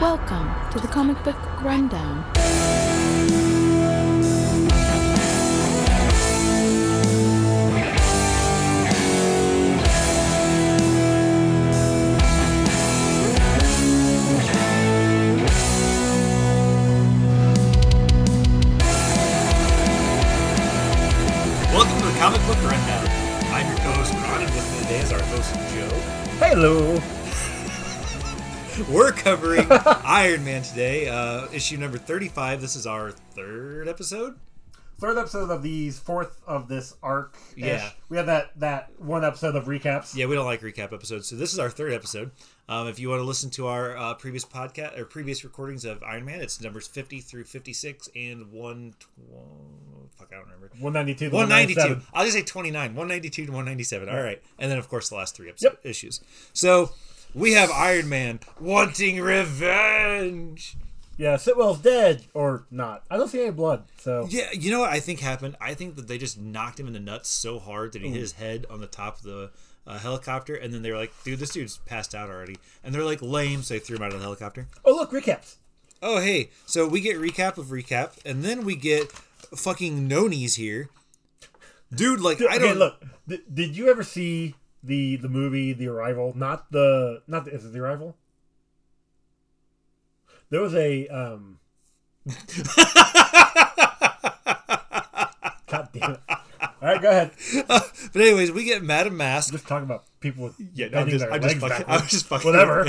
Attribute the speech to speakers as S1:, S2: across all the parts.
S1: Welcome to the Comic Book Rundown.
S2: Welcome to the Comic Book Rundown. I'm your co-host Ron, and with me today is our host Joe.
S3: Hello.
S2: We're covering Iron Man today, uh, issue number thirty-five. This is our third episode.
S3: Third episode of these, fourth of this arc.
S2: Yeah.
S3: We had that that one episode of recaps.
S2: Yeah, we don't like recap episodes, so this is our third episode. Um, if you want to listen to our uh, previous podcast or previous recordings of Iron Man, it's numbers fifty through fifty-six and one. Fuck, I don't remember.
S3: 192 to
S2: 192.
S3: 197.
S2: I'll just say 29. 192 to 197. All right. And then, of course, the last three episodes,
S3: Yep.
S2: issues. So we have Iron Man wanting revenge.
S3: Yeah, Sitwell's dead or not. I don't see any blood. So
S2: Yeah. You know what I think happened? I think that they just knocked him in the nuts so hard that he
S3: Mm.
S2: hit his head on the top of the uh, helicopter. And then they were like, dude, this dude's passed out already. And they're like, lame. So they threw him out of the helicopter.
S3: Oh, look, recaps.
S2: Oh, hey. So we get recap of recap. And then we get fucking nonies here. Dude, like, I
S3: Okay,
S2: don't.
S3: look. D- did you ever see the the movie The Arrival? Not the not the, is it The Arrival? There was a um God damn it. All right, go ahead.
S2: but anyways, we get Madam Mask.
S3: Just talking about people with
S2: Yeah, no, I'm
S3: bending
S2: just-
S3: their
S2: I'm just
S3: legs
S2: fucking- I'm
S3: backwards.
S2: just fucking-
S3: whatever.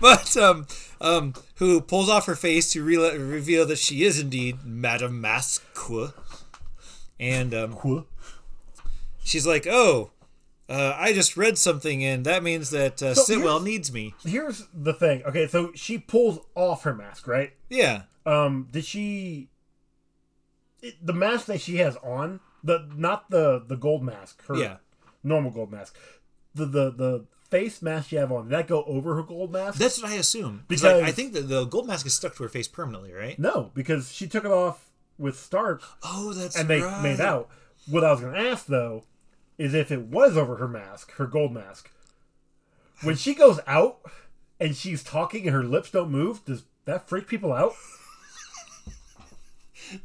S2: but um, um, who pulls off her face to re- reveal that she is indeed Madame Masque, and um,
S3: Cool.
S2: she's like, "Oh, uh, I just read something, and that means that uh,
S3: So
S2: Sitwell
S3: here's-
S2: needs me."
S3: here's the thing. Okay, so she pulls off her mask, right?
S2: Yeah,
S3: Um, did she? It, the mask that she has on, the not the the gold mask, her
S2: Yeah.
S3: normal gold mask, the the the face mask she have on, did that go over her gold mask?
S2: that's what I assume. Because like, I
S3: Because-
S2: think that the gold mask is stuck to her face permanently, right?
S3: no, because she took it off with Stark,
S2: Oh, that's
S3: and they
S2: right.
S3: made out. What I was gonna ask though is if it was over her mask, her gold mask. When she goes out and she's talking and her lips don't move, does that freak people out?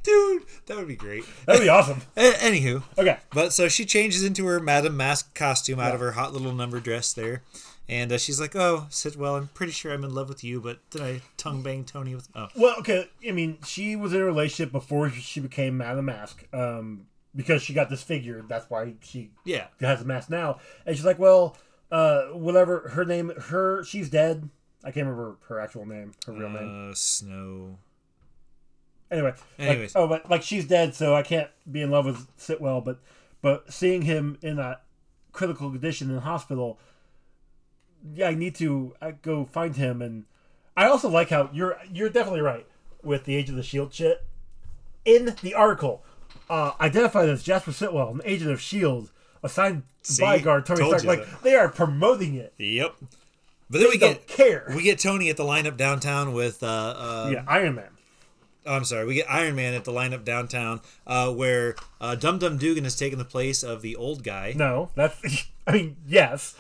S2: dude. That would be great.
S3: That'd be awesome.
S2: A- anywho,
S3: Okay.
S2: But so she changes into her Madam Mask costume out of her hot little number dress there. And uh, she's like, oh, Sitwell, I'm pretty sure I'm in love with you, but did I tongue bang Tony with. Oh.
S3: Well, okay. I mean, she was in a relationship before she became Madame Mask, um, because she got disfigured. That's why she
S2: Yeah.
S3: has a mask now. And she's like, well, uh, whatever her name, her she's dead. I can't remember her actual name, her real name.
S2: Uh, snow.
S3: Anyway, like,
S2: anyways.
S3: oh, but like she's dead, so I can't be in love with Sitwell. But but seeing him in a critical condition in the hospital, yeah, I need to I go find him. And I also like how you're you're definitely right with the Age of the Shield E shit in the article. Uh, identified as Jasper Sitwell, an agent of Shield, E assigned
S2: See?
S3: bodyguard Tony
S2: Told
S3: Stark.
S2: you
S3: Like
S2: that.
S3: they are promoting it.
S2: Yep. But then we
S3: They
S2: get.
S3: don't care.
S2: We get Tony at the lineup downtown with. Uh, uh,
S3: yeah, Iron Man.
S2: oh, I'm sorry. We get Iron Man at the lineup downtown uh, where uh, Dum Dum Dugan has taken the place of the old guy.
S3: No, that's. I mean, yes,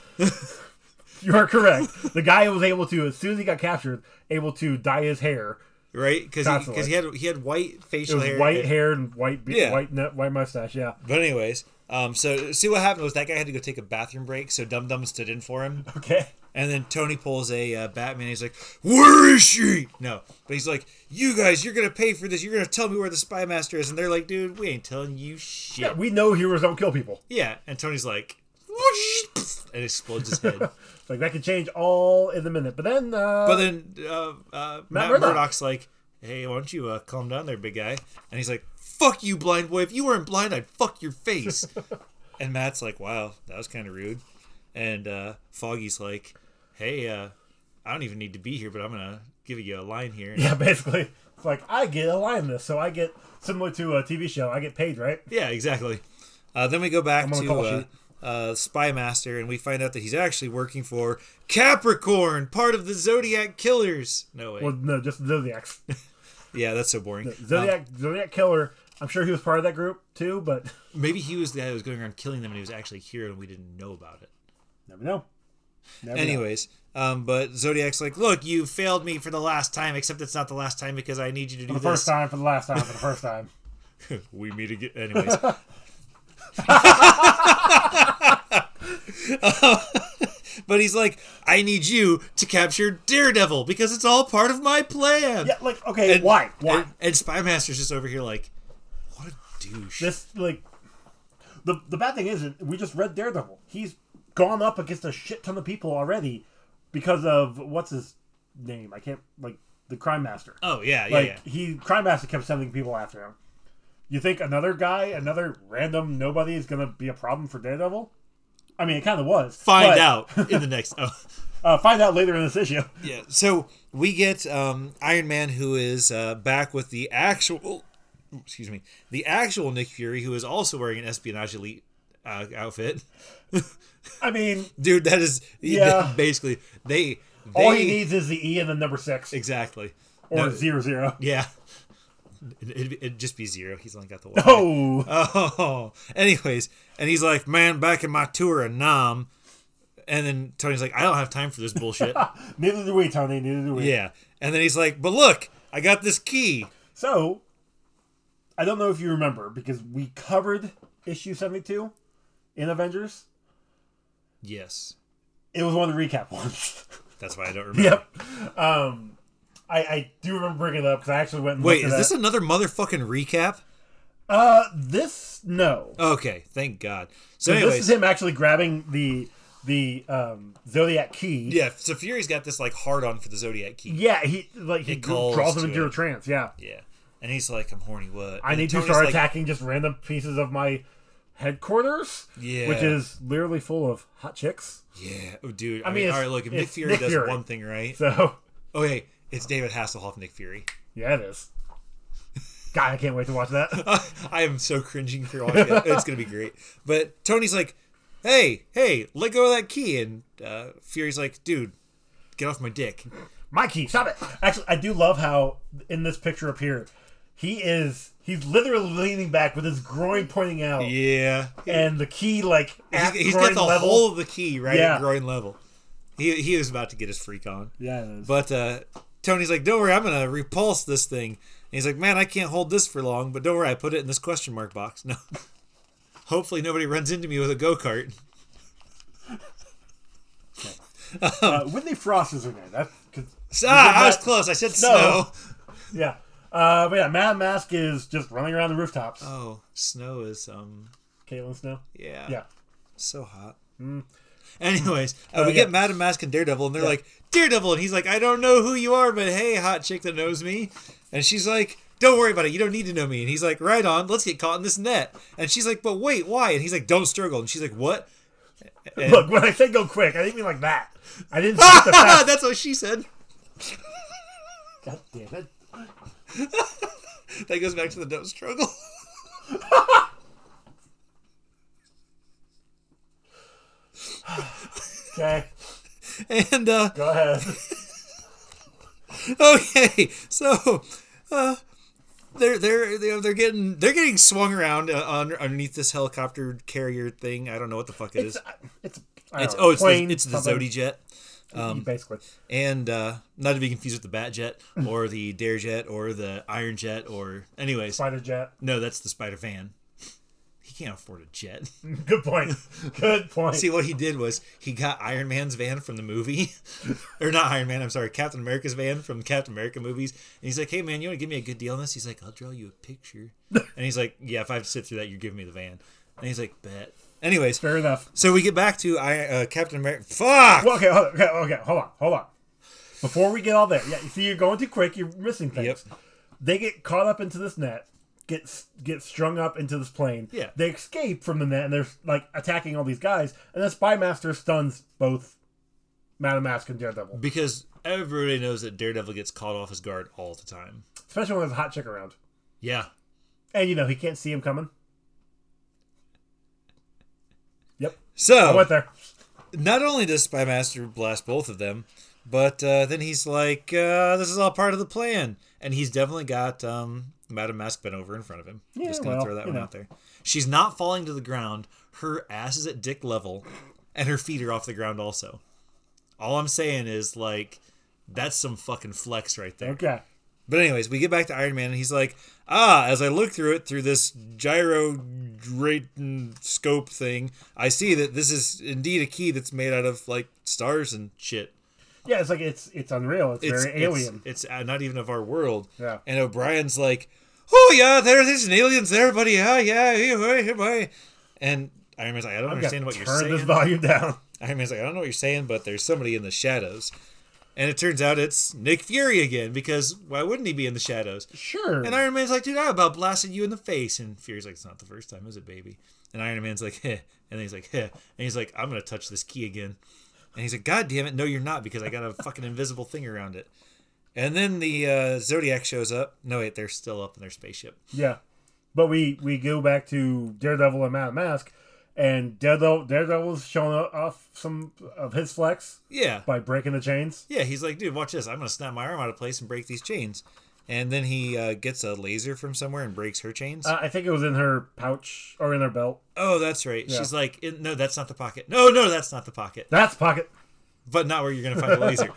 S3: you are correct. The guy was able to, as soon as he got captured, able to dye his hair.
S2: Right? Because he,
S3: Constantly.
S2: 'cause he had he had white
S3: It
S2: facial
S3: was
S2: hair.
S3: white hair and white, be-
S2: Yeah.
S3: white, net, white mustache. Yeah,
S2: But anyways, um, so see what happened was that guy had to go take a bathroom break, so Dum Dum stood in for him,
S3: okay.
S2: and then Tony pulls a uh, Batman. he's like, "Where is she?" No, but he's like, "You guys, you're gonna pay for this. You're gonna tell me where the spy master is." And they're like, "Dude, we ain't telling you shit."
S3: Yeah,
S2: Yeah,
S3: we know heroes don't kill people.
S2: and Tony's like, "Whoosh," and explodes his head.
S3: Like that could change all in a minute. But then, uh,
S2: but then uh, uh, Matt,
S3: Murdock.
S2: Murdock's like, "Hey, why don't you uh, calm down there, big guy?" And he's like, "Fuck you, blind boy. If you weren't blind, I'd fuck your face." and Matt's like, "Wow, that was kind of rude." And uh, Foggy's like, "Hey, uh, I don't even need to be here, but I'm gonna give you a line here."
S3: yeah, basically, it's like I get a line in this, so I get similar to a TV show. I get paid, right?
S2: Yeah, exactly. Uh, then we go back
S3: I'm on
S2: to
S3: call
S2: uh,
S3: sheet.
S2: uh, Spy Master, and we find out that he's actually working for Capricorn, part of the Zodiac Killers. No way.
S3: Well, no, just Zodiacs.
S2: yeah, that's so boring.
S3: Zodiac, Zodiac killer. I'm sure he was part of that group too, but
S2: Maybe he was the guy that was going around killing them, and he was actually here, and we didn't know about it.
S3: never know. Never know.
S2: Anyways, Um, but Zodiac's like, look, you failed me for the last time, except it's not the last time because I need you to do
S3: the
S2: this.
S3: first time for the last time for the first time.
S2: we meet again. Anyways. but he's like, I need you to capture Daredevil because it's all part of my plan.
S3: Yeah, like okay,
S2: And-
S3: why? Why?
S2: And, and Spy Master's just over here like, what a douche.
S3: this like the the bad thing is that we just read Daredevil. He's gone up against a shit ton of people already because of what's his name? I can't like the Crime Master.
S2: oh, yeah, yeah,
S3: like
S2: yeah.
S3: he Crime Master kept sending people after him. You think another guy, another random nobody is gonna be a problem for Daredevil? I mean, it kind of was.
S2: Find
S3: but,
S2: out in the next. Oh.
S3: Uh, find out later in this issue.
S2: Yeah. So we get um, Iron Man, who is uh, back with the actual, oh, excuse me, the actual Nick Fury, who is also wearing an espionage elite uh, outfit.
S3: I mean,
S2: Dude, that is
S3: Yeah.
S2: basically they. they
S3: all he needs is the E and the number six
S2: exactly.
S3: or
S2: No,
S3: zero zero.
S2: yeah. It, it'd, it'd just be zero. He's only got the one.
S3: Oh,
S2: Oh, anyways, and he's like, "Man, back in my tour in Nam," and then Tony's like, "I don't have time for this bullshit."
S3: neither do we, Tony. Neither do we.
S2: yeah, and then he's like, "But look, I got this key."
S3: So, I don't know if you remember because we covered issue 72 in Avengers.
S2: Yes.
S3: It was one of the recap ones.
S2: That's why I don't remember.
S3: Um, I, I do remember bringing it up because I actually went and
S2: Wait,
S3: looked
S2: is
S3: at
S2: this
S3: that.
S2: another motherfucking recap?
S3: uh, this, no.
S2: Okay, thank God. So,
S3: So
S2: anyways,
S3: this is him actually grabbing the the um, Zodiac key.
S2: yeah. So Fury's got this like hard on for the Zodiac key.
S3: Yeah, he like he
S2: It calls
S3: draws him
S2: to
S3: into
S2: it.
S3: a trance. Yeah,
S2: Yeah, and he's like, "I'm horny. What?
S3: I
S2: And
S3: need to
S2: Tony's
S3: start
S2: like,
S3: attacking just random pieces of my headquarters.
S2: Yeah.
S3: which is literally full of hot chicks.
S2: Yeah, oh, dude. I,
S3: mean,
S2: mean,
S3: it's-
S2: all right. Look, if Nick
S3: it's
S2: Fury
S3: Nick
S2: does
S3: Fury.
S2: one thing right,
S3: So
S2: okay, it's David Hasselhoff, Nick Fury.
S3: Yeah, it is. God, I can't wait to watch that.
S2: I am so cringing for watching it. It's gonna be great. But Tony's like, "Hey, hey, let go of that key," and uh, Fury's like, "Dude, get off my dick."
S3: Mikey, stop it. Actually, I do love how in this picture up here, he is he's literally leaning back with his groin pointing out
S2: Yeah,
S3: and the key like at
S2: he's, he's got
S3: groin
S2: the
S3: level.
S2: whole of the key right
S3: Yeah.
S2: at groin level. He he was about to get his freak on,
S3: Yeah, it is.
S2: but uh, Tony's like, "Don't worry, I'm gonna repulse this thing." And he's like, "Man, I can't hold this for long, but don't worry, I put it in this question mark box." No, hopefully nobody runs into me with a go kart.
S3: uh, Whitney Frost is her name. That's 'cause-
S2: Ah, I was
S3: that-
S2: close. I said
S3: Snow.
S2: snow.
S3: yeah. Uh, but yeah, Mad Mask is just running around the rooftops.
S2: Oh, snow is um,
S3: Caitlin Snow.
S2: yeah,
S3: Yeah.
S2: so hot. Anyways, uh, we get
S3: Mm. yeah.
S2: Madam Mask and Daredevil, and they're like, Daredevil. And he's like, I don't know who you are, but hey, hot chick that knows me. And she's like, Don't worry about it. You don't need to know me. And he's like, Right on. Let's get caught in this net. And she's like, But wait, why? And he's like, Don't struggle. And she's like, What? And-
S3: Look, when I said go quick, I didn't mean like that. I didn't skip the fact.
S2: That's what she said.
S3: God damn it.
S2: That goes back to the don't struggle.
S3: Okay,
S2: and uh,
S3: go ahead.
S2: okay, so uh, they're they're they're they're getting they're getting swung around uh, on, underneath this helicopter carrier thing. I don't know what the fuck it
S3: It's
S2: is.
S3: it's I
S2: It's
S3: don't know,
S2: oh, it's
S3: plane,
S2: the, it's the
S3: something.
S2: Zodi jet, Um,
S3: basically.
S2: and uh, not to be confused with the Bat jet or the Dare jet or the Iron jet or anyways.
S3: Fighter jet.
S2: No, that's the Spider Van. He can't afford a jet.
S3: Good point. Good point.
S2: See, what he did was he got Iron Man's van from the movie, or not Iron Man. I'm sorry, Captain America's van from Captain America movies. And he's like, "Hey man, you want to give me a good deal on this?" He's like, "I'll draw you a picture." and he's like, "Yeah, if I have to sit through that, you're giving me the van." And he's like, "Bet." Anyways,
S3: Fair enough.
S2: so we get back to I uh, Captain America. Fuck.
S3: Well, okay, hold on, okay, okay, hold on, hold on. Before we get all there, yeah, you see, you're going too quick. You're missing things.
S2: Yep.
S3: They get caught up into this net, get s- get strung up into this plane.
S2: Yeah.
S3: They escape from the net, and they're like attacking all these guys. And then Spy Master stuns both Madam Mask and Daredevil,
S2: Because everybody knows that Daredevil gets caught off his guard all the time.
S3: especially when there's a hot chick around.
S2: Yeah.
S3: And you know he can't see him coming. Yep, I
S2: So
S3: went there.
S2: not only does Spy Master blast both of them, but uh, then he's like, uh, "This is all part of the plan," and he's definitely got um, Madam Mask bent over in front of him.
S3: Yeah,
S2: Just gonna
S3: well,
S2: throw that
S3: you
S2: one
S3: know.
S2: out there. She's not falling to the ground. Her ass is at dick level, and her feet are off the ground also. All I'm saying is like that's some fucking flex right there.
S3: Okay.
S2: But anyways, we get back to Iron Man and he's like, "Ah, as I look through it through this gyro rate scope thing, I see that this is indeed a key that's made out of like stars and shit."
S3: Yeah, it's like it's it's unreal. It's, very alien.
S2: It's, uh, not even of our world.
S3: Yeah.
S2: And O'Brien's like, oh yeah, there, there's an aliens there, buddy. Yeah, yeah, yeah, yeah, yeah." And Iron Man's like, I don't understand what you're
S3: Turn
S2: saying.
S3: this volume down.
S2: Iron Man's like, I don't know what you're saying, but there's somebody in the shadows. And it turns out it's Nick Fury again, because why wouldn't he be in the shadows?
S3: Sure.
S2: And Iron Man's like, dude, I about blasted you in the face. And Fury's like, it's not the first time, is it, baby? And Iron Man's like, heh. And then he's like, heh. And he's like, I'm going to touch this key again. And he's like, God damn it. No, you're not, because I got a fucking invisible thing around it. And then the uh, Zodiac shows up. No, wait, they're still up in their spaceship.
S3: yeah. But we we go back to Daredevil and Matt Mask, and Daredevil Daredevil's showing off some of his flex
S2: Yeah.
S3: by breaking the chains.
S2: Yeah, he's like, dude, watch this. I'm going to snap my arm out of place and break these chains. And then he uh, gets a laser from somewhere and breaks her chains.
S3: Uh, I think it was in her pouch or in her belt.
S2: oh, that's right.
S3: yeah.
S2: She's like, "It- no, that's not the pocket. No, no, that's not the pocket.
S3: That's pocket.
S2: but not where you're going to find the laser.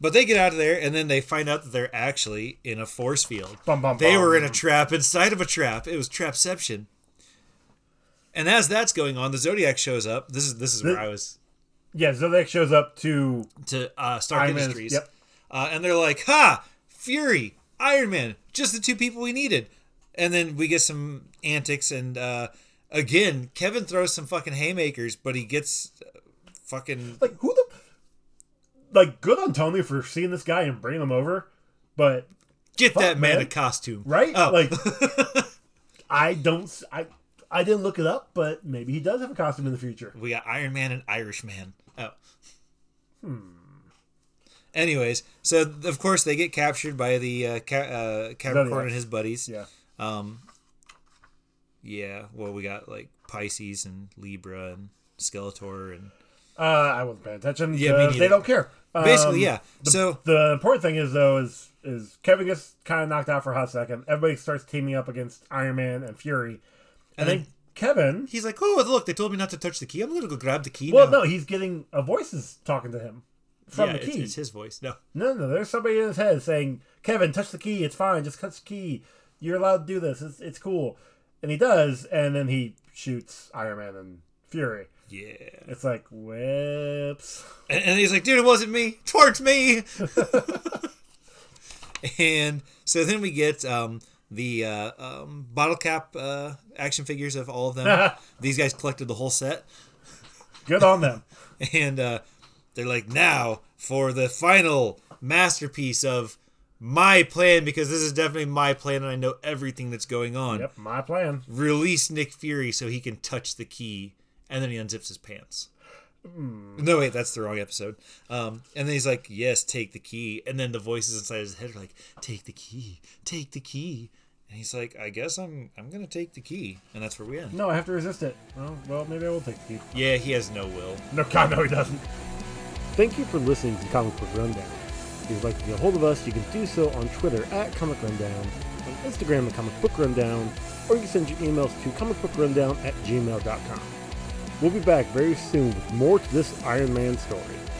S2: But they get out of there, and then they find out that they're actually in a force field.
S3: Bum, bum,
S2: they
S3: bum.
S2: were in a trap inside of a trap. It was trapception. And as that's going on, the Zodiac shows up. This is this is where I was
S3: Yeah, Zodiac shows up to
S2: to uh, Stark
S3: Iron Man,
S2: Industries,
S3: yep.
S2: uh, and they're like, "Ha! Fury, Iron Man, just the two people we needed." And then we get some antics, and uh, again, Kevin throws some fucking haymakers, but he gets uh, fucking
S3: like who the like good on Tony for seeing this guy and bringing him over, but
S2: get that man,
S3: man.
S2: a costume,
S3: right
S2: Oh.
S3: like I don't s- I I didn't look it up, but maybe he does have a costume in the future.
S2: We got Iron Man and Irishman. Oh. Hmm.
S3: Hmm.
S2: Anyways, so th- of course they get captured by the uh, ca- uh, Capricorn and his buddies.
S3: Yeah,
S2: Yeah, Well, we got like Pisces and Libra and Skeletor and
S3: uh, I wasn't paying attention.
S2: Yeah, me
S3: 'cause
S2: neither.
S3: they don't care.
S2: basically
S3: Um,
S2: yeah. So
S3: The important thing is though is is Kevin gets kind of knocked out for a hot second. Everybody starts teaming up against Iron Man and Fury, and, then, Kevin.
S2: he's like, "Oh, look! They told me not to touch the key. I'm gonna go grab the key."
S3: Well,
S2: now."
S3: no, he's getting a voice is talking to him from
S2: yeah,
S3: the
S2: it's,
S3: key.
S2: it's his voice. No,
S3: No, no, there's somebody in his head saying, "Kevin, touch the key. It's fine. Just touch the key. You're allowed to do this. It's it's cool." And he does, and then he shoots Iron Man and Fury.
S2: yeah.
S3: It's like whips.
S2: And, and he's like, "Dude, it wasn't me. Towards me." and so then we get um, the uh, um, bottle cap uh, action figures of all of them. These guys collected the whole set,
S3: Good on them.
S2: and uh, they're like, "Now for the final masterpiece of." My plan, because this is definitely my plan, and I know everything that's going on.
S3: Yep, my plan.
S2: release Nick Fury so he can touch the key, and then he unzips his pants. No, wait, that's the wrong episode. Um, and then he's like, "Yes, take the key." And then the voices inside his head are like, "Take the key, take the key." And he's like, "I guess I'm I'm gonna take the key," and that's where we end.
S3: No, I have to resist it. Oh, well, maybe I will take the key.
S2: Yeah, he has no will.
S3: No, God, no, he doesn't. Thank you for listening to Comic Book Rundown. If you'd like to get a hold of us, you can do so on Twitter at Comic Rundown, on Instagram at Comic Book Rundown, or you can send your emails to comicbookrundown at gmail.com. We'll be back very soon with more to this Iron Man story.